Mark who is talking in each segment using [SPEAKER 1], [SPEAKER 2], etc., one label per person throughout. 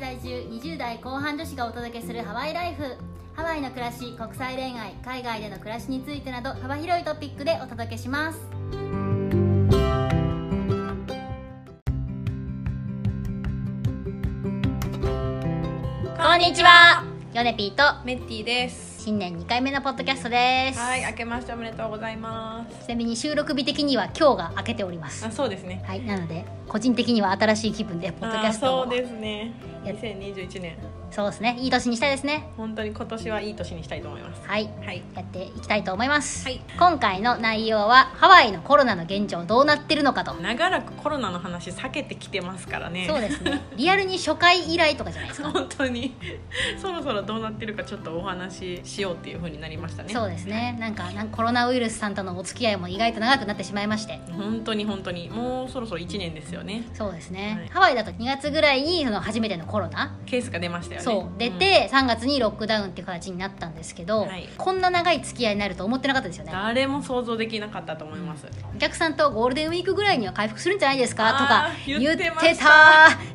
[SPEAKER 1] 20代後半女子がお届けするハワイライフハワイの暮らし国際恋愛海外での暮らしについてなど幅広いトピックでお届けしますこんにちはヨネピーと
[SPEAKER 2] メッティです。
[SPEAKER 1] 新年2回目のポッドキャストです、
[SPEAKER 2] はい、明けましておめでとうございます。
[SPEAKER 1] ちなみに収録日的には今日が明けております
[SPEAKER 2] あ、そうですね。
[SPEAKER 1] はいなので個人的には新しい気分でポッドキャ
[SPEAKER 2] あ、
[SPEAKER 1] ストを
[SPEAKER 2] そうですね。
[SPEAKER 1] や
[SPEAKER 2] 2021年、
[SPEAKER 1] そうですねいい年にしたいですね
[SPEAKER 2] 本当に今年はいい年にしたいと思います。
[SPEAKER 1] はい
[SPEAKER 2] はい。
[SPEAKER 1] やっていきたいと思います、
[SPEAKER 2] はい
[SPEAKER 1] 今回の内容はハワイのコロナの現状どうなってるのかと、
[SPEAKER 2] 長らくコロナの話避けてきてますからね。
[SPEAKER 1] そうですねリアルに初回以来とかじゃないですか、
[SPEAKER 2] 本当に そろそろどうなってるかちょっとお話ししようっていう風になりましたね。
[SPEAKER 1] そうですねなんかなんかコロナウイルスさんとのお付き合いも意外と長くなってしまいまして
[SPEAKER 2] 本当に本当にもうそろそろ1年ですよね。
[SPEAKER 1] そうですね、
[SPEAKER 2] はい
[SPEAKER 1] ハワイだと2月ぐらいにその初めてのコロナ、
[SPEAKER 2] ケースが出ましたよね。
[SPEAKER 1] そう出て3月にロックダウンっていう形になったんですけど、
[SPEAKER 2] はい
[SPEAKER 1] こんな長い付き合いになると思ってなかったですよ
[SPEAKER 2] うん、
[SPEAKER 1] ね
[SPEAKER 2] 誰も想像できなかったと思います。
[SPEAKER 1] お客さんとゴールデンウィークぐらいには回復するんじゃないですかとか
[SPEAKER 2] あー
[SPEAKER 1] 言
[SPEAKER 2] 言
[SPEAKER 1] っ
[SPEAKER 2] ってて
[SPEAKER 1] た
[SPEAKER 2] ました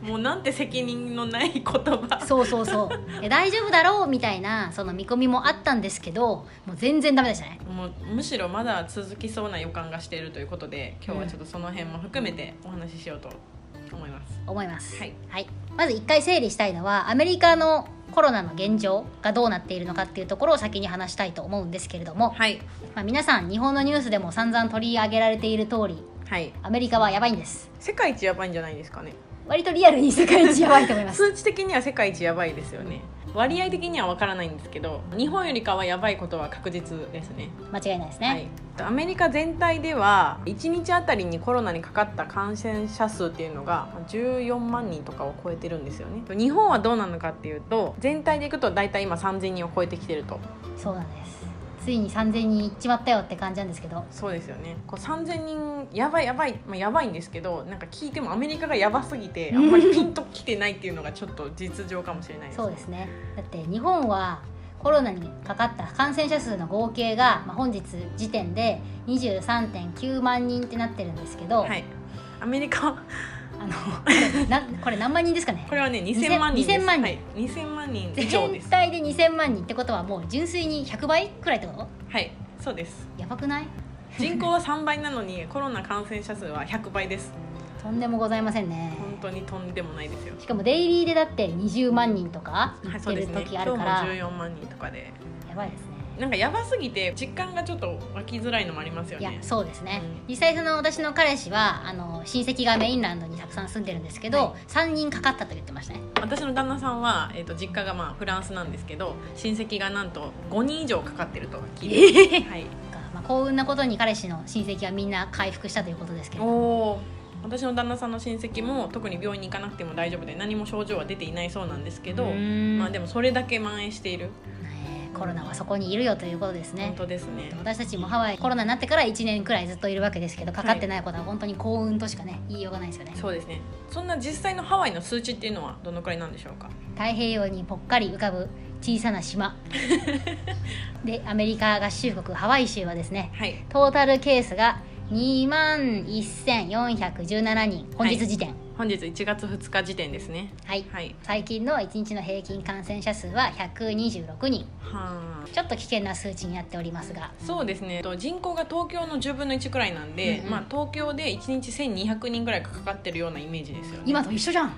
[SPEAKER 2] もうなんて責任のない言葉。
[SPEAKER 1] そうそうそうえ大丈夫だろうみたいなその見込みもあったんですけどもう全然ダメでしたね
[SPEAKER 2] もうむしろまだ続きそうな予感がしているということで今日はちょっとその辺も含めてお話ししようと思います、
[SPEAKER 1] 思います
[SPEAKER 2] はい、
[SPEAKER 1] まず一回整理したいのはアメリカのコロナの現状がどうなっているのかっていうところを先に話したいと思うんですけれども、
[SPEAKER 2] はい
[SPEAKER 1] まあ、皆さん日本のニュースでも散々取り上げられている通り
[SPEAKER 2] はい
[SPEAKER 1] アメリカはやばいんです
[SPEAKER 2] 世界一やばいんじゃないですかね
[SPEAKER 1] 割とリアルに世界一やばいと思います
[SPEAKER 2] 数値的には世界一やばいですよね割合的には分からないんですけど日本よりかはやばいことは確実ですね
[SPEAKER 1] 間違いないですね、
[SPEAKER 2] はい、アメリカ全体では1日あたりにコロナにかかった感染者数っていうのが14万人とかを超えてるんですよね日本はどうなのかっていうと全体でいくと大体今3000人を超えてきてると
[SPEAKER 1] そうなんですついに3000人いっちまったよって感じなんですけど
[SPEAKER 2] そうですよねこう3000人やばいやばい、まあ、やばいんですけどなんか聞いてもアメリカがやばすぎてあんまりピンときてないっていうのがちょっと実情かもしれないです
[SPEAKER 1] そうですねだって日本はコロナにかかった感染者数の合計が、まあ、本日時点で23.9万人ってなってるんですけど、
[SPEAKER 2] はいアメリカは
[SPEAKER 1] あの これなこれ何万人ですかね
[SPEAKER 2] これはね2000万人です
[SPEAKER 1] 2000万人
[SPEAKER 2] はい、2000万人以上で
[SPEAKER 1] 全
[SPEAKER 2] す
[SPEAKER 1] 体で2000万人ってことはもう純粋に100倍くらいってこと
[SPEAKER 2] はいそうです
[SPEAKER 1] やばくない
[SPEAKER 2] 人口は3倍なの にコロナ感染者数は100倍です
[SPEAKER 1] とんでもございませんね
[SPEAKER 2] 本当にとんでもないですよ
[SPEAKER 1] しかもデイリーでだって20万人とか
[SPEAKER 2] はい
[SPEAKER 1] 行
[SPEAKER 2] そ
[SPEAKER 1] っ
[SPEAKER 2] うで
[SPEAKER 1] てる
[SPEAKER 2] すね
[SPEAKER 1] 時
[SPEAKER 2] 今
[SPEAKER 1] あ
[SPEAKER 2] 日
[SPEAKER 1] る
[SPEAKER 2] も
[SPEAKER 1] から、
[SPEAKER 2] 14万人とかで
[SPEAKER 1] やばいですね
[SPEAKER 2] なんかやばすぎて実感がちょっと湧きづらいのもありますよ
[SPEAKER 1] いや
[SPEAKER 2] ね
[SPEAKER 1] そうですね、
[SPEAKER 2] うん
[SPEAKER 1] 実際その私の彼氏はあの親戚がメインランドにたくさん住んでるんですけど、
[SPEAKER 2] は
[SPEAKER 1] 3人かかったと言ってましたね
[SPEAKER 2] 私の旦那さんは、えー、と実家がまあフランスなんですけど親戚がなんと5人以上かかってると聞いて、はい、
[SPEAKER 1] まあ、幸運なことに彼氏の親戚はみんな回復したということですけれども
[SPEAKER 2] おー私の旦那さんの親戚も特に病院に行かなくても大丈夫で何も症状は出ていないそうなんですけど、ま
[SPEAKER 1] ま
[SPEAKER 2] あ、でもそれだけ蔓延している、
[SPEAKER 1] コロナはそこにいるよということです
[SPEAKER 2] 本
[SPEAKER 1] ね
[SPEAKER 2] 当ですね
[SPEAKER 1] 私たちもハワイコロナになってから1年くらいずっといるわけですけどかかってないことは本当に幸運としかね言いようがないですよね
[SPEAKER 2] そうですねそんな実際のハワイの数値っていうのはどのくらいなんでしょうか
[SPEAKER 1] 太平洋にぽっかり浮かぶ小さ な島でアメリカ合衆国ハワイ州はですね
[SPEAKER 2] はい
[SPEAKER 1] トータルケースが2万1417人本日時点はい、
[SPEAKER 2] 本日1月2日時点ですねはい
[SPEAKER 1] 最近の1日の平均感染者数は126人
[SPEAKER 2] はあ
[SPEAKER 1] ちょっと危険な数値になっておりますが
[SPEAKER 2] そうですねと人口が東京の10分の1くらいなんで、
[SPEAKER 1] うんうん
[SPEAKER 2] まあ、東京で1日1200人ぐらいかかってるようなイメージですよね
[SPEAKER 1] 今と一緒じゃん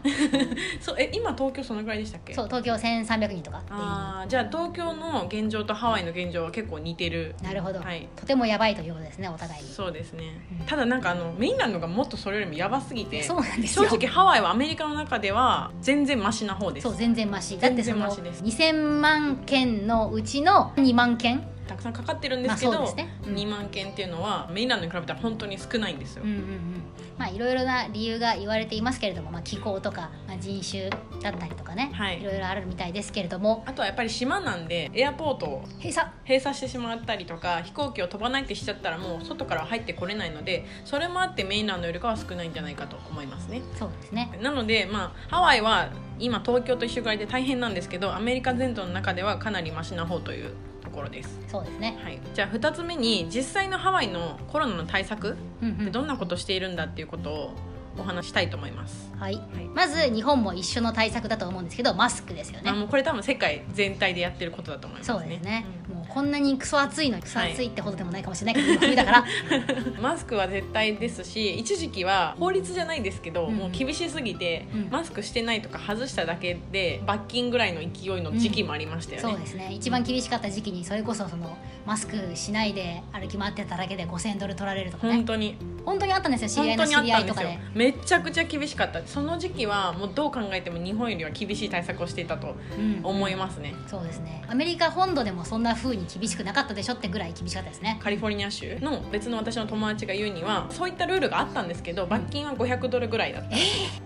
[SPEAKER 2] そうえ今東京そのぐらいでしたっけ
[SPEAKER 1] そう東京1300人とかっていう
[SPEAKER 2] あーじゃあ東京の現状とハワイの現状は結構似てる
[SPEAKER 1] なるほど、
[SPEAKER 2] はい
[SPEAKER 1] とてもやばいということですねお互いに
[SPEAKER 2] そうですね
[SPEAKER 1] うん
[SPEAKER 2] ただなんかあのメインランドがもっとそれよりもやばすぎて
[SPEAKER 1] そうなんです
[SPEAKER 2] 正
[SPEAKER 1] よ
[SPEAKER 2] 直ハワイはアメリカの中では全然マシな方です
[SPEAKER 1] そう全然マシだってそ
[SPEAKER 2] 全
[SPEAKER 1] の
[SPEAKER 2] 然マシです
[SPEAKER 1] 2000万件のうちの2万件、
[SPEAKER 2] たくさんかかってるんですけど、
[SPEAKER 1] まあそうですねうん
[SPEAKER 2] 2万件っていうのはメインランドに比べたら本当に少ないんですよ、
[SPEAKER 1] うんうんうんまあいろいろな理由が言われていますけれども、まあ、気候とか、まあ、人種だったりとかね、
[SPEAKER 2] はい
[SPEAKER 1] ろいろあるみたいですけれども
[SPEAKER 2] あとはやっぱり島なんでエアポートを
[SPEAKER 1] 閉鎖
[SPEAKER 2] 閉鎖してしまったりとか飛行機を飛ばないってしちゃったらもう外からは入ってこれないのでそれもあってメインランドよりかは少ないんじゃないかと思いますね
[SPEAKER 1] そうですね
[SPEAKER 2] なので、まあ、ハワイは今東京と一緒ぐらいで大変なんですけどアメリカ全土の中ではかなりマシな方というところです、
[SPEAKER 1] そうですね、
[SPEAKER 2] はい、じゃあ2つ目に実際のハワイのコロナの対策
[SPEAKER 1] うんう
[SPEAKER 2] って
[SPEAKER 1] ん、
[SPEAKER 2] どんなことしているんだっていうことをお話ししたいと思います。
[SPEAKER 1] はい
[SPEAKER 2] はい
[SPEAKER 1] まず日本も一緒の対策だと思うんですけどマスクですよね
[SPEAKER 2] あもうこれ多分世界全体でやってることだと思いますね。
[SPEAKER 1] そうですね、もうこんなにクソ暑いのにクソ暑いってほどでもないかもしれないけど、今冬だか ら
[SPEAKER 2] うんマスクは絶対ですし一時期は法律じゃないですけど、
[SPEAKER 1] うん
[SPEAKER 2] もう厳しすぎて、
[SPEAKER 1] うん
[SPEAKER 2] マスクしてないとか外しただけで罰金ぐらいの勢いの時期もありましたよね。
[SPEAKER 1] そうですね一番厳しかった時期にそれこそそのマスクしないで歩き回ってただけで5000ドル取られるとか
[SPEAKER 2] 本
[SPEAKER 1] ね
[SPEAKER 2] 当に
[SPEAKER 1] 本当にあったんですよ知り合
[SPEAKER 2] 本
[SPEAKER 1] い
[SPEAKER 2] 当
[SPEAKER 1] の
[SPEAKER 2] に
[SPEAKER 1] 知
[SPEAKER 2] あった
[SPEAKER 1] り合
[SPEAKER 2] ん
[SPEAKER 1] い
[SPEAKER 2] で
[SPEAKER 1] と
[SPEAKER 2] す
[SPEAKER 1] か
[SPEAKER 2] よ
[SPEAKER 1] で
[SPEAKER 2] めちゃくちゃ厳しかったその時期はもうどう考えても日本よりは厳しい対策をしていたと
[SPEAKER 1] うん
[SPEAKER 2] 思いますね、
[SPEAKER 1] そうですねアメリカ本土でもそんな風に厳しくなかったでしょってぐらい厳しかったですね
[SPEAKER 2] カリフォルニア州の別の私の友達が言うにはそういったルールがあったんですけど罰金は500ドルぐらいだった、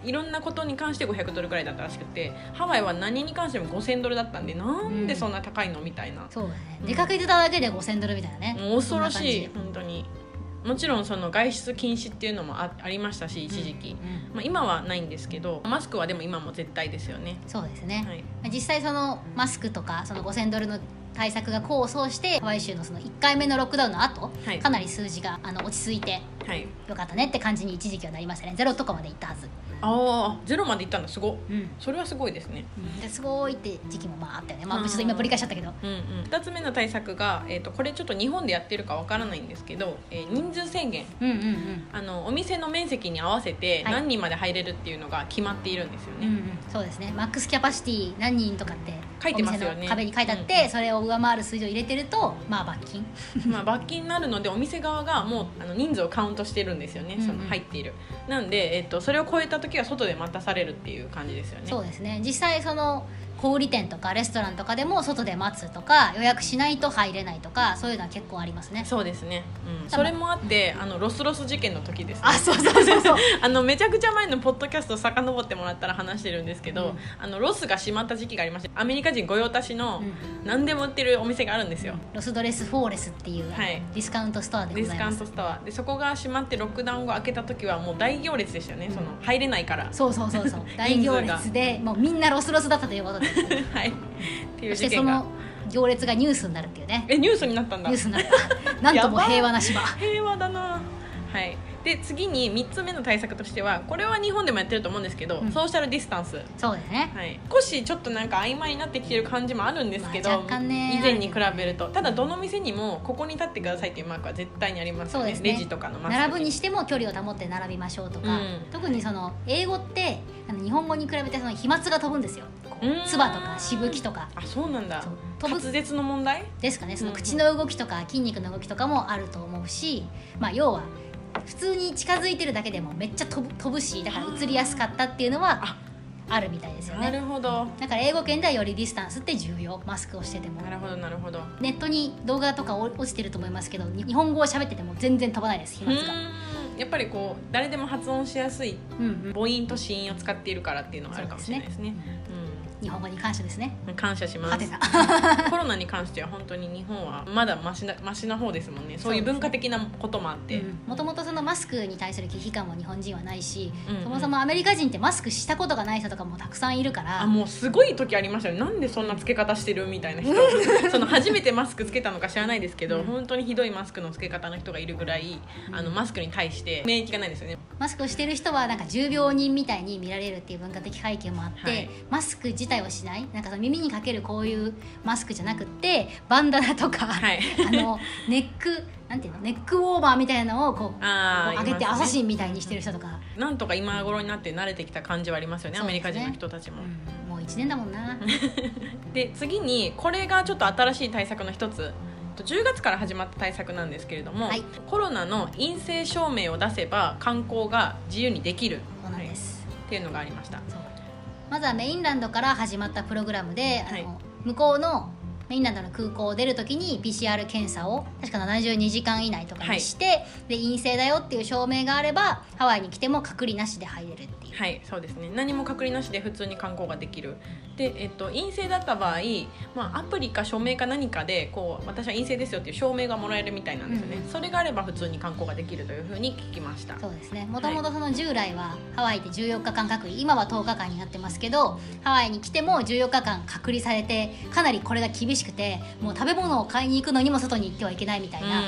[SPEAKER 2] いろんなことに関して500ドルぐらいだったらしくてハワイは何に関しても5000ドルだったんでなんでそんな高いのみたいな、
[SPEAKER 1] そうだね出かけてただけで5000ドルみたいなね
[SPEAKER 2] もう恐ろしい
[SPEAKER 1] そんな感
[SPEAKER 2] 本当にもちろんその外出禁止っていうのもあありましたし一時期、
[SPEAKER 1] じうん
[SPEAKER 2] まあ、今はないんですけどマスクはでも今も絶対ですよね、
[SPEAKER 1] そうですね、
[SPEAKER 2] はい、
[SPEAKER 1] 実際そのマスクとかその5000ドルの対策が功を奏してハワイ州のその1回目のロックダウンの後、
[SPEAKER 2] はい
[SPEAKER 1] かなり数字があの落ち着いて
[SPEAKER 2] はい
[SPEAKER 1] よかったねって感じに一時期はなりましたねゼロとかまでいったはず、
[SPEAKER 2] ああゼロまでいったんだすごっ
[SPEAKER 1] うん
[SPEAKER 2] それはすごいですね
[SPEAKER 1] ですごいって時期もまああったよねま
[SPEAKER 2] う
[SPEAKER 1] あ
[SPEAKER 2] ん
[SPEAKER 1] ちょっと今ぶり返しちゃったけど
[SPEAKER 2] うんうん、2つ目の対策が、えー、とこれちょっと日本でやってるかわからないんですけど、えー人数制限
[SPEAKER 1] うんうんうん
[SPEAKER 2] あのお店の面積に合わせて
[SPEAKER 1] はい
[SPEAKER 2] 何人まで入れるっていうのが決まっているんですよ
[SPEAKER 1] う
[SPEAKER 2] ね、
[SPEAKER 1] んうん、そうですねマックスキャパシティ何人とかって
[SPEAKER 2] 書いてますよね
[SPEAKER 1] お店の壁に書いてあって、それを上回る数字を入れてるとまあ罰金
[SPEAKER 2] まあ、罰金になるのでお店側がもうあの人数をカウントしてるんですよね
[SPEAKER 1] うんうん
[SPEAKER 2] その入っているなんで、えー、とそれを超えた時は外で待たされるっていう感じですよね
[SPEAKER 1] そうですね実際その小売店とかレストランとかでも外で待つとか予約しないと入れないとかそういうのは結構ありますね
[SPEAKER 2] そうですね、うん、それもあってあのロスロス事件の時ですね
[SPEAKER 1] あそうそうそうそう
[SPEAKER 2] あのめちゃくちゃ前のポッドキャスト遡ってもらったら話してるんですけど、
[SPEAKER 1] うん
[SPEAKER 2] あのロスが閉まった時期がありましてアメリカ人御用達の
[SPEAKER 1] うん
[SPEAKER 2] 何でも売ってるお店があるんですよ、
[SPEAKER 1] ロスドレスフォーレスっていう、
[SPEAKER 2] はい
[SPEAKER 1] ディスカウントストアで
[SPEAKER 2] デ
[SPEAKER 1] ご
[SPEAKER 2] ィ
[SPEAKER 1] ざ
[SPEAKER 2] ス
[SPEAKER 1] い
[SPEAKER 2] カウ
[SPEAKER 1] ま
[SPEAKER 2] ン
[SPEAKER 1] す
[SPEAKER 2] トストアでそこが閉まってロックダウン後開けた時はもう大行列でしたよね、
[SPEAKER 1] うん
[SPEAKER 2] その入れないから
[SPEAKER 1] そうそうそ うそう大
[SPEAKER 2] 人数
[SPEAKER 1] 行
[SPEAKER 2] が
[SPEAKER 1] 列でもうみんなロスロスだったということで
[SPEAKER 2] はいって いう
[SPEAKER 1] そ
[SPEAKER 2] 事
[SPEAKER 1] してそ
[SPEAKER 2] 件が
[SPEAKER 1] の行列がニュースになるっていうね
[SPEAKER 2] えニュースになったんだ
[SPEAKER 1] ニュースになった なんとも平和な島
[SPEAKER 2] 平和だなはいで次に3つ目の対策としてはこれは日本でもやってると思うんですけど、
[SPEAKER 1] うん
[SPEAKER 2] ソーシャルディスタンス
[SPEAKER 1] そうですね
[SPEAKER 2] はい、少しちょっとなんか曖昧になってきてる感じもあるんですけど、
[SPEAKER 1] まあ若干ね
[SPEAKER 2] 以前に比べるとただどの店にもここに立ってくださいっていうマークは絶対にありますよ
[SPEAKER 1] そう
[SPEAKER 2] ね
[SPEAKER 1] ですね
[SPEAKER 2] レジとかのマスク
[SPEAKER 1] 並ぶにしても距離を保って並びましょうとか、
[SPEAKER 2] うん
[SPEAKER 1] 特にその英語ってあの日本語に比べてその飛沫が飛ぶんですよこう
[SPEAKER 2] うーん
[SPEAKER 1] 唾とかしぶきとか
[SPEAKER 2] あそうなんだ
[SPEAKER 1] そう飛
[SPEAKER 2] 滑
[SPEAKER 1] ぶ
[SPEAKER 2] 舌の問題
[SPEAKER 1] ですかねその
[SPEAKER 2] うんうん
[SPEAKER 1] 口の動きとか筋肉の動きとかもあると思うし、まあ、要は普通に近づいてるだけでもめっちゃ飛ぶ飛ぶしだから移りやすかったっていうのは
[SPEAKER 2] あ
[SPEAKER 1] あるみたいですよ
[SPEAKER 2] な
[SPEAKER 1] ね
[SPEAKER 2] るほど
[SPEAKER 1] だから英語圏ではよりディスタンスって重要マスクをしてても
[SPEAKER 2] なるほどなるほどう
[SPEAKER 1] ネットに動画とか落ちてると思いますけどに日本語を喋ってても全然飛ばないです飛沫が、
[SPEAKER 2] ーんやっぱりこう誰でも発音しやすい
[SPEAKER 1] うんうん、
[SPEAKER 2] 母音と子音を使っているからっていうのがあるかもしれないですね
[SPEAKER 1] そうです日本語に感謝ですね
[SPEAKER 2] うん感謝します
[SPEAKER 1] はてな
[SPEAKER 2] コロナに関しては本当に日本はまだマシなマシな方ですもんねそういう文化的なこともあって、
[SPEAKER 1] もともとそのマスクに対する危機感も日本人はないし、
[SPEAKER 2] うんうん
[SPEAKER 1] そもそもアメリカ人ってマスクしたことがない人とかもたくさんいるから
[SPEAKER 2] あもうすごい時ありましたよなんでそんなつけ方してるみたいな人 その初めてマスクつけたのか知らないですけど、
[SPEAKER 1] うん
[SPEAKER 2] 本当にひどいマスクのつけ方の人がいるぐらい、あのマスクに対して免疫がないんですよね
[SPEAKER 1] マスクをしてる人はなんか重病人みたいに見られるっていう文化的背景もあって、
[SPEAKER 2] はい
[SPEAKER 1] マスク自体をしないなんかその耳にかけるこういうマスクじゃなくってバンダナとか、
[SPEAKER 2] はい
[SPEAKER 1] あのネックなんていうのネックウォーバーみたいなのをこう
[SPEAKER 2] あ
[SPEAKER 1] こう上げて
[SPEAKER 2] いま
[SPEAKER 1] ア
[SPEAKER 2] すね
[SPEAKER 1] サシンみたいにしてる人とか、
[SPEAKER 2] なんとか今頃になって慣れてきた感じはありますよねア
[SPEAKER 1] そう
[SPEAKER 2] メ
[SPEAKER 1] です
[SPEAKER 2] リカ
[SPEAKER 1] ね
[SPEAKER 2] 人の人たちも、
[SPEAKER 1] うんもう1年だもんな
[SPEAKER 2] で次にこれがちょっと新しい対策の一つ10月から始まった対策なんですけれども、
[SPEAKER 1] はい
[SPEAKER 2] コロナの陰性証明を出せば観光が自由にできる
[SPEAKER 1] そうなんです、
[SPEAKER 2] っていうのがありました
[SPEAKER 1] そうまずはメインランドから始まったプログラムで、あ
[SPEAKER 2] は
[SPEAKER 1] の
[SPEAKER 2] い
[SPEAKER 1] 向こうのメインランドの空港を出るときに PCR 検査を確か72時間以内とかにして、で陰性だよっていう証明があればハワイに来ても隔離なしで入れるっていう。
[SPEAKER 2] はいそうですね何も隔離なしで普通に観光ができるで、えっと、陰性だった場合、まあ、アプリか署名か何かでこう私は陰性ですよっていう証明がもらえるみたいなんですよね、
[SPEAKER 1] うんうん
[SPEAKER 2] それがあれば普通に観光ができるというふうに聞きました
[SPEAKER 1] そうですねもともとその従来はハワイで14日間隔離今は10日間になってますけどハワイに来ても14日間隔離されてかなりこれが厳しくてもう食べ物を買いに行くのにも外に行ってはいけないみたいな、
[SPEAKER 2] う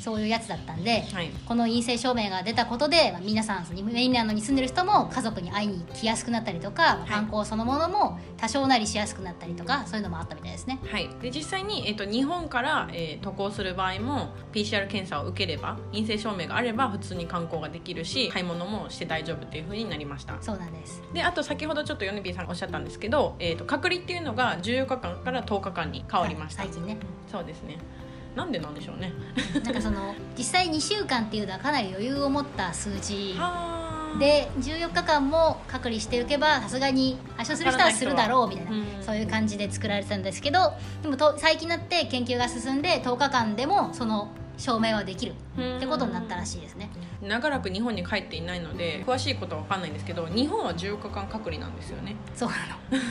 [SPEAKER 1] そういうやつだったんで、
[SPEAKER 2] はい
[SPEAKER 1] この陰性証明が出たことで、まあ、皆さんそのフィンランドに住んでる人も家族に会いに来やすくなったりとか、
[SPEAKER 2] い
[SPEAKER 1] 観光そのものも多少なりしやすくなったりとかそういうのもあったみたいですね。
[SPEAKER 2] はい、で実際に、えっと日本から、えー渡航する場合も PCR 検査を受ければ陰性証明があれば普通に観光ができるし買い物もして大丈夫というふうになりました
[SPEAKER 1] そうなんです
[SPEAKER 2] であと先ほどちょっとヨネビーさんがおっしゃったんですけど、えっと隔離っていうのが14日間から10日間に変わりました、
[SPEAKER 1] はい最近ね
[SPEAKER 2] そうですねなんでなんでしょうね
[SPEAKER 1] なんかその 実際2週間っていうのはかなり余裕を持った数字
[SPEAKER 2] はー
[SPEAKER 1] で14日間も隔離しておけばさすがに発症する人はするだろうみたいな、
[SPEAKER 2] うん
[SPEAKER 1] そういう感じで作られてたんですけどでもと最近になって研究が進んで10日間でもその証明はできるってことになったらしいですね。
[SPEAKER 2] 長らく日本に帰っていないので詳しいことは分かんないんですけど日本は14日間隔離なんですよね
[SPEAKER 1] そうなの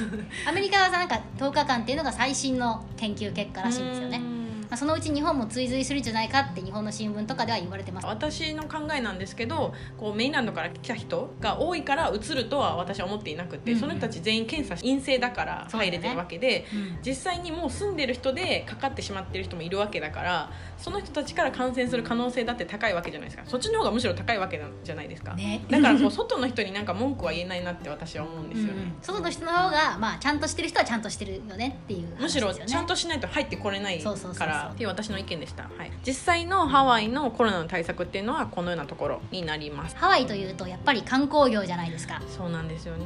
[SPEAKER 1] アメリカはさなんか10日間っていうのが最新の研究結果らしいんですよね
[SPEAKER 2] う、ん
[SPEAKER 1] まあ、そのうち日本も追随するんじゃないかって日本の新聞とかでは言われてます
[SPEAKER 2] 私の考えなんですけどこうメインランドから来た人が多いから移るとは私は思っていなくて、
[SPEAKER 1] うんうん
[SPEAKER 2] その人たち全員検査し陰性だから
[SPEAKER 1] そうだ
[SPEAKER 2] 入
[SPEAKER 1] ね
[SPEAKER 2] れてるわけで、
[SPEAKER 1] うん
[SPEAKER 2] 実際にもう住んでる人でかかってしまってる人もいるわけだからその人たちから感染する可能性だって高いわけじゃないですかそっちの方がむしろ高いわけじゃないですか、
[SPEAKER 1] ね
[SPEAKER 2] だからこう外の人になんか文句は言えないなって私は思うんですよね、
[SPEAKER 1] うん外の人の方が、まあ、ちゃんとしてる人はちゃんとしてるよねっていう話
[SPEAKER 2] む
[SPEAKER 1] です
[SPEAKER 2] し
[SPEAKER 1] よ、
[SPEAKER 2] ろ
[SPEAKER 1] ね、
[SPEAKER 2] ちゃんとしないと入ってこれない
[SPEAKER 1] そうそうそうそ
[SPEAKER 2] か
[SPEAKER 1] う
[SPEAKER 2] らっていう私の意見でした、はい、実際のハワイのコロナの対策っていうのはこのようなところになります
[SPEAKER 1] ハワイというとやっぱり観光業じゃないですか
[SPEAKER 2] そうなんですよね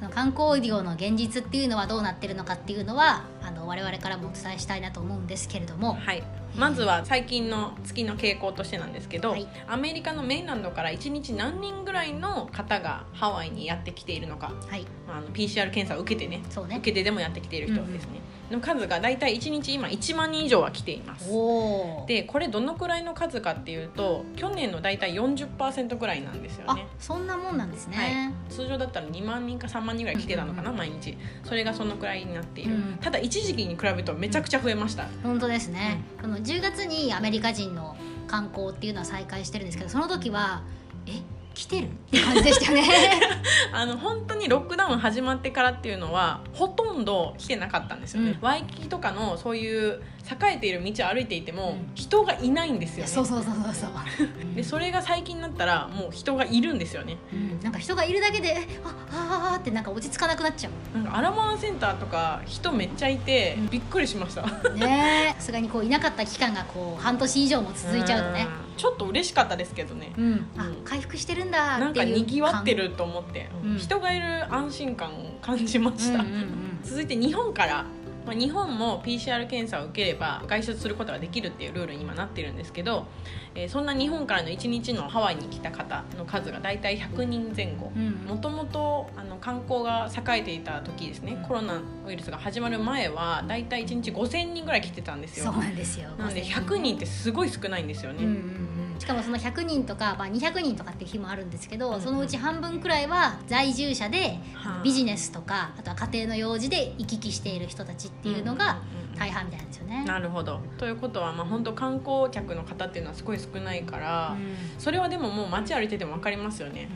[SPEAKER 1] その観光業の現実っていうのはどうなってるのかっていうのはあの我々からもお伝えしたいなと思うんですけれども
[SPEAKER 2] はいまずは最近の月の傾向としてなんですけど、
[SPEAKER 1] はい
[SPEAKER 2] アメリカのメインランドから1日何人ぐらいの方がハワイにやってきているのか、
[SPEAKER 1] はい
[SPEAKER 2] まあ、あの PCR 検査を受けてね
[SPEAKER 1] そう
[SPEAKER 2] 受
[SPEAKER 1] ね
[SPEAKER 2] けてでもやってきている人ですね、の数がだいたい1日今1万人以上は来ています
[SPEAKER 1] おお
[SPEAKER 2] でこれどのくらいの数かっていうと去年のだいたい40%ぐらいなんですよ
[SPEAKER 1] あ
[SPEAKER 2] ね
[SPEAKER 1] そんなもんなんですね、
[SPEAKER 2] 通常だったら2万人か3万人ぐらい来てたのかな、
[SPEAKER 1] うん
[SPEAKER 2] 毎日それがそのくらいになっている、
[SPEAKER 1] うん
[SPEAKER 2] ただ一時期に比べるとめちゃくちゃ増えました、
[SPEAKER 1] 本当ですね、その10月にアメリカ人の観光っていうのは再開してるんですけどその時はえ来てるって感じでしたよね
[SPEAKER 2] あの本当にロックダウン始まってからっていうのはほとんど来てなかったんですよね、
[SPEAKER 1] うん
[SPEAKER 2] ワイキキとかのそういう栄えている道を歩いていても、
[SPEAKER 1] うん
[SPEAKER 2] 人がいないんですよ
[SPEAKER 1] いや
[SPEAKER 2] ね
[SPEAKER 1] そうそうそうそうそう、
[SPEAKER 2] でそれが最近になったらもう人がいるんですよね
[SPEAKER 1] うん、なんか人がいるだけでえああーってなんか落ち着かなくなっちゃう
[SPEAKER 2] なんかアラモアセンターとか人めっちゃいて、
[SPEAKER 1] うん
[SPEAKER 2] びっくりしました
[SPEAKER 1] ねえさすがにこういなかった期間がこう半年以上も続いちゃうとね
[SPEAKER 2] んちょっと嬉しかったですけどね
[SPEAKER 1] うん、あ
[SPEAKER 2] うん
[SPEAKER 1] 回復してるんだ
[SPEAKER 2] なん
[SPEAKER 1] って
[SPEAKER 2] か
[SPEAKER 1] いう
[SPEAKER 2] にぎわって
[SPEAKER 1] る
[SPEAKER 2] ると思って、
[SPEAKER 1] うん
[SPEAKER 2] 人がいる安心感を感じました、
[SPEAKER 1] うんうんうん
[SPEAKER 2] 続いて日本から、まあ、日本も PCR 検査を受ければ外出することができるっていうルールに今なってるんですけど、えーそんな日本からの1日のハワイに来た方の数が大体100人前後
[SPEAKER 1] うん
[SPEAKER 2] もともとあの観光が栄えていた時ですねコロナウイルスが始まる前は大体1日5000人ぐらい来てたんです
[SPEAKER 1] そう
[SPEAKER 2] よ
[SPEAKER 1] なんですよ
[SPEAKER 2] なので100人ってすごい少ないんですよ
[SPEAKER 1] うんうん
[SPEAKER 2] ね、
[SPEAKER 1] うんしかもその100人とか、まあ、200人とかっていう日もあるんですけど、
[SPEAKER 2] うんうん
[SPEAKER 1] そのうち半分くらいは在住者で
[SPEAKER 2] はい
[SPEAKER 1] ビジネスとかあとは家庭の用事で行き来している人たちっていうのが
[SPEAKER 2] うんうんうんうん
[SPEAKER 1] 大半みたいなんですよね。
[SPEAKER 2] なるほどということは、まあ、本当観光客の方っていうのはすごい少ないから、それはでももう街歩いてても分かりますよね、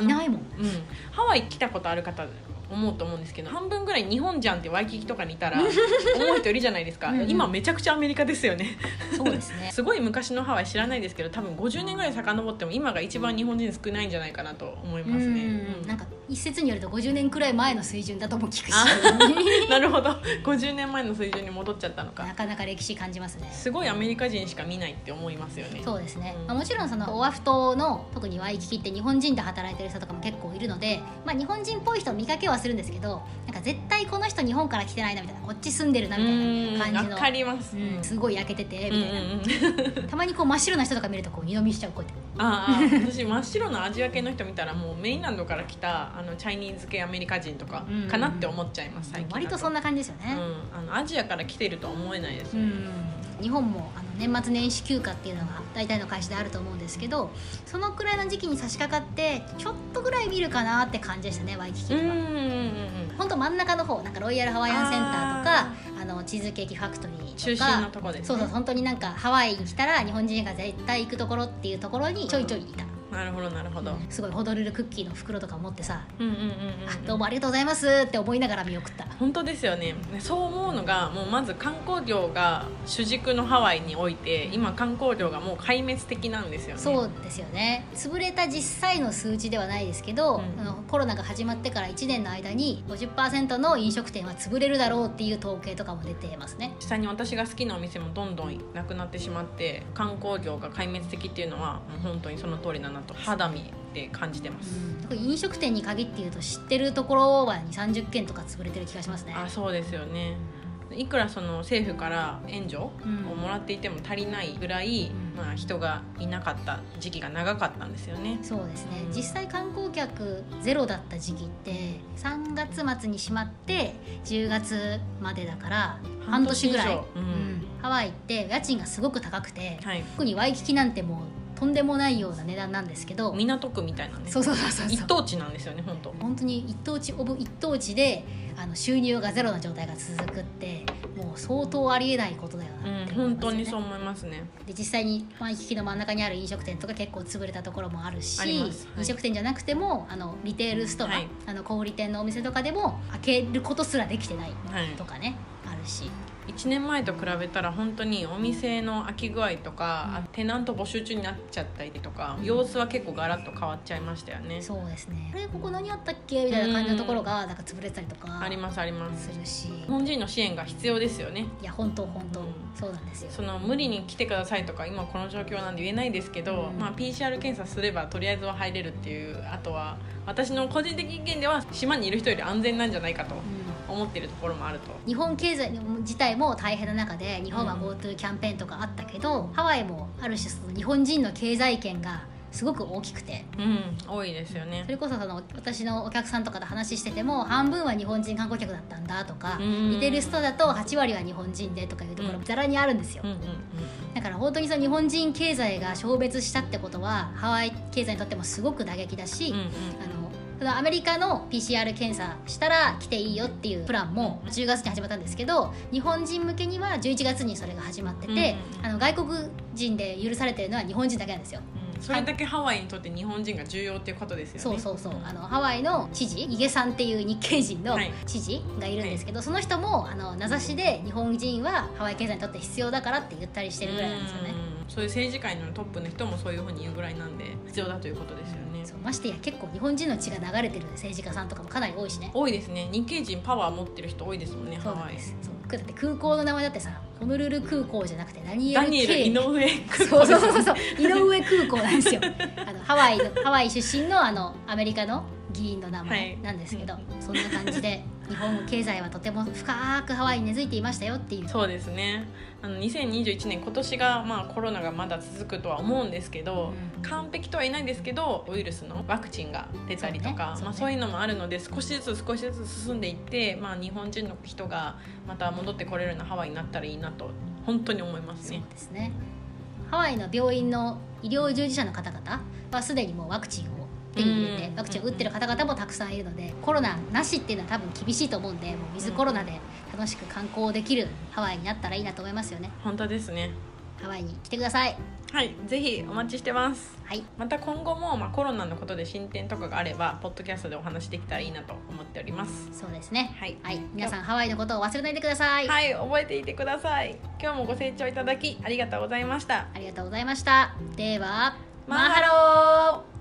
[SPEAKER 1] うんいないもん。
[SPEAKER 2] うん、ハワイ来たことある方思うと思うんですけど半分ぐらい日本じゃんってワイキキとかにいた ら思う人いるじゃないですか
[SPEAKER 1] うんうん
[SPEAKER 2] 今めちゃくちゃアメリカですよね
[SPEAKER 1] そうです ね。
[SPEAKER 2] すごい昔のハワイ知らないですけど多分50年ぐらい遡っても今が一番日本人少ないんじゃないかなと思い
[SPEAKER 1] うんう
[SPEAKER 2] ますね、うん
[SPEAKER 1] んなんか一説によると50年くらい前の水準だとも聞くし
[SPEAKER 2] あなるほど50年前の水準に戻っちゃったの
[SPEAKER 1] な
[SPEAKER 2] か
[SPEAKER 1] かなか歴史感じますね。
[SPEAKER 2] すごいアメリカ人しか見ないって思いますよね
[SPEAKER 1] そうですね
[SPEAKER 2] う、ん
[SPEAKER 1] まあ、もちろんそのオアフ島の特にワイキキって日本人で働いてる人とかも結構いるので、まあ、日本人っぽい人を見かけはするんですけどなんか絶対この人日本から来てないなみたいなこっち住んでるなみたいな感じ
[SPEAKER 2] うん
[SPEAKER 1] の
[SPEAKER 2] わかります、
[SPEAKER 1] うん、すごい焼けてて
[SPEAKER 2] うんう
[SPEAKER 1] み
[SPEAKER 2] ん
[SPEAKER 1] たいな、
[SPEAKER 2] うん
[SPEAKER 1] たまにこう真っ白な人とか見るとこう二度見しちゃうこうやって
[SPEAKER 2] ああ私真っ白なアジア系の人見たらもうメインランドから来たあのチャイニーズ系アメリカ人とか
[SPEAKER 1] うん
[SPEAKER 2] かなって思っちゃいます最近
[SPEAKER 1] 割とそん
[SPEAKER 2] な、
[SPEAKER 1] な感じですよ
[SPEAKER 2] う
[SPEAKER 1] ね、
[SPEAKER 2] ん、あのアジアから来てるとは思えないです
[SPEAKER 1] う
[SPEAKER 2] よね、
[SPEAKER 1] ん日本もあの年末年始休暇っていうのが大体の会社であると思うんですけどそのくらいの時期に差し掛かってちょっとぐらい見るかなって感じでしたねワイキキ
[SPEAKER 2] う
[SPEAKER 1] は。
[SPEAKER 2] んうんうん
[SPEAKER 1] ほんと真ん中の方なんかロイヤルハワイアンセンターとかあのチーズケーキファクトリーとか
[SPEAKER 2] 中心のとこですね
[SPEAKER 1] そうそう本当になんかハワイに来たら日本人が絶対行くところっていうところにちょいちょいいた
[SPEAKER 2] なるほどなるほど、
[SPEAKER 1] すごいホドルルクッキーの袋とか持ってさ
[SPEAKER 2] うん、うんうんう
[SPEAKER 1] 「
[SPEAKER 2] ん
[SPEAKER 1] あどうもありがとうございます」って思いながら見送った
[SPEAKER 2] 本当ですよねそう思うのがもうまず観光業が主軸のハワイにおいて今観光業がもう壊滅的なんですよね
[SPEAKER 1] そうですよね潰れた実際の数値ではないですけど、
[SPEAKER 2] うん
[SPEAKER 1] あのコロナが始まってから1年の間に50%の飲食店は潰れるだろうっていう統計とかも出てますね
[SPEAKER 2] 実際に私が好きなお店もどんどんなくなってしまって観光業が壊滅的っていうのはもう本当にその通りだなと肌身で感じてます、
[SPEAKER 1] 特に飲食店に限って言うと知ってるところは2 3 0件とか潰れてる気がしますね
[SPEAKER 2] あそうですよねいくらその政府から援助を
[SPEAKER 1] うん
[SPEAKER 2] もらっていても足りないぐらい、
[SPEAKER 1] うん
[SPEAKER 2] まあ、人がいなかった時期が長かったんですよね
[SPEAKER 1] そうですね
[SPEAKER 2] うん
[SPEAKER 1] 実際観光客ゼロだった時期って3月末に閉まって10月までだから半年ぐらい、
[SPEAKER 2] 半年以上うん
[SPEAKER 1] うんハワイって家賃がすごく高くて、
[SPEAKER 2] はい
[SPEAKER 1] 特にワイキキなんてもうとんでもないような値段なんですけど、
[SPEAKER 2] 港区みたいなね
[SPEAKER 1] そうそうそうそう
[SPEAKER 2] 一等地なんですよね本当
[SPEAKER 1] 本当に一等地オブ一等地であの収入がゼロな状態が続くってもう相当ありえないことだよ
[SPEAKER 2] う
[SPEAKER 1] なっ
[SPEAKER 2] ん
[SPEAKER 1] て思
[SPEAKER 2] 本
[SPEAKER 1] いますよ
[SPEAKER 2] 当
[SPEAKER 1] ね、
[SPEAKER 2] にそう思いますね
[SPEAKER 1] で実際にワイキキの真ん中にある飲食店とか結構潰れたところもあるし
[SPEAKER 2] ありますはい
[SPEAKER 1] 飲食店じゃなくてもあのリテールストア、
[SPEAKER 2] はい
[SPEAKER 1] あの小売店のお店とかでも開けることすらできてない
[SPEAKER 2] はい
[SPEAKER 1] とかねあるし
[SPEAKER 2] 1年前と比べたら本当にお店の空き具合とか、
[SPEAKER 1] うん
[SPEAKER 2] テナント募集中になっちゃったりとか様子は結構ガラッと変わっちゃいましたよね
[SPEAKER 1] そうですねあれここ何あったっけみたいな感じのところがなんか潰れてたりとか
[SPEAKER 2] ありますあります
[SPEAKER 1] するし
[SPEAKER 2] 日本人の支援が必要ですよね
[SPEAKER 1] いや本当本当、
[SPEAKER 2] うん
[SPEAKER 1] そうなんですよ
[SPEAKER 2] その無理に来てくださいとか今この状況なんで言えないですけど、
[SPEAKER 1] うん
[SPEAKER 2] まあ、PCR 検査すればとりあえずは入れるっていうあとは私の個人的意見では島にいる人より安全なんじゃないかと
[SPEAKER 1] うん
[SPEAKER 2] 思ってるところもあると
[SPEAKER 1] 日本経済自体も大変な中で日本は
[SPEAKER 2] うん
[SPEAKER 1] GoTo キャンペーンとかあったけど、ハワイもある種その日本人の経済圏がすごく大きくて
[SPEAKER 2] うん多いですよね
[SPEAKER 1] それこそその私のお客さんとかと話してても半分は日本人観光客だったんだとか、
[SPEAKER 2] うん
[SPEAKER 1] リテールストアだと8割は日本人でとかいうところ
[SPEAKER 2] うん
[SPEAKER 1] ざらにあるんですよ、
[SPEAKER 2] うんうんうん
[SPEAKER 1] だから本当にその日本人経済が消滅したってことはハワイ経済にとってもすごく打撃だし、
[SPEAKER 2] うんうん
[SPEAKER 1] あのそのアメリカの PCR 検査したら来ていいよっていうプランも10月に始まったんですけど日本人向けには11月にそれが始まってて、
[SPEAKER 2] うん
[SPEAKER 1] あの外国人で許されてるのは日本人だけなんですよ。
[SPEAKER 2] うんそれだけハワイにとって日本人が重要っていうことですよね
[SPEAKER 1] そうそうそうあ
[SPEAKER 2] の
[SPEAKER 1] のハワイの知事イゲさんっていう日系人の
[SPEAKER 2] はい
[SPEAKER 1] 知事がいるんですけど、その人もあの名指しで日本人はハワイ経済にとって必要だからって言ったりしてるぐらいなんですよね。
[SPEAKER 2] そういう政治界のトップの人もそういうふうに言うぐらいなんで必要だということですよね
[SPEAKER 1] そうましてや結構日本人の血が流れてる政治家さんとかもかなり多いしね。
[SPEAKER 2] 多いですね日系人パワー持ってる人多いですもんね
[SPEAKER 1] そ
[SPEAKER 2] ハ
[SPEAKER 1] うなん
[SPEAKER 2] ワイ
[SPEAKER 1] です。そうだって空港の名前だってさ、ホノルル空港じゃなくてダニエ
[SPEAKER 2] ダ
[SPEAKER 1] ル
[SPEAKER 2] ニエル
[SPEAKER 1] K
[SPEAKER 2] 井上
[SPEAKER 1] そうそうそうそう井上空港なん ですよ。あのハワイのハワイ出身のあのアメリカの議員の名前なんですけど、
[SPEAKER 2] はい
[SPEAKER 1] そんな感じで日本経済はとても深くハワイに根付いていましたよっていう。
[SPEAKER 2] そうですねあの2021年今年が、まあ、コロナがまだ続くとは思うんですけど、
[SPEAKER 1] うん
[SPEAKER 2] 完璧とは言えないですけどウイルスのワクチンが出たりとか
[SPEAKER 1] そうねそうね
[SPEAKER 2] まあ、そういうのもあるので少しずつ少しずつ進んでいって、まあ、日本人の人がまた戻ってこれるようなハワイになったらいいなと本当に思います
[SPEAKER 1] そう
[SPEAKER 2] ね。
[SPEAKER 1] ですね。ハワイの病院の医療従事者の方々はすでにもうワクチンを手に入れ
[SPEAKER 2] う
[SPEAKER 1] て
[SPEAKER 2] ん
[SPEAKER 1] ワクチンを打ってる方々もたくさんいるのでコロナなしっていうのは多分厳しいと思うんでもうウィズコロナで楽しく観光できるハワイになったらいいなと思いますよね
[SPEAKER 2] 本当ですね
[SPEAKER 1] ハワイに来てください
[SPEAKER 2] はいぜひお待ちしてます
[SPEAKER 1] はい
[SPEAKER 2] また今後も、まあ、コロナのことで進展とかがあればポッドキャストでお話できたらいいなと思っております
[SPEAKER 1] そうですね
[SPEAKER 2] はい
[SPEAKER 1] はい、皆さんハワイのことを忘れないでください。
[SPEAKER 2] はい覚えていてください今日もご清聴いただきありがとうございました
[SPEAKER 1] ありがとうございました。では、
[SPEAKER 2] マハ
[SPEAKER 1] ロー。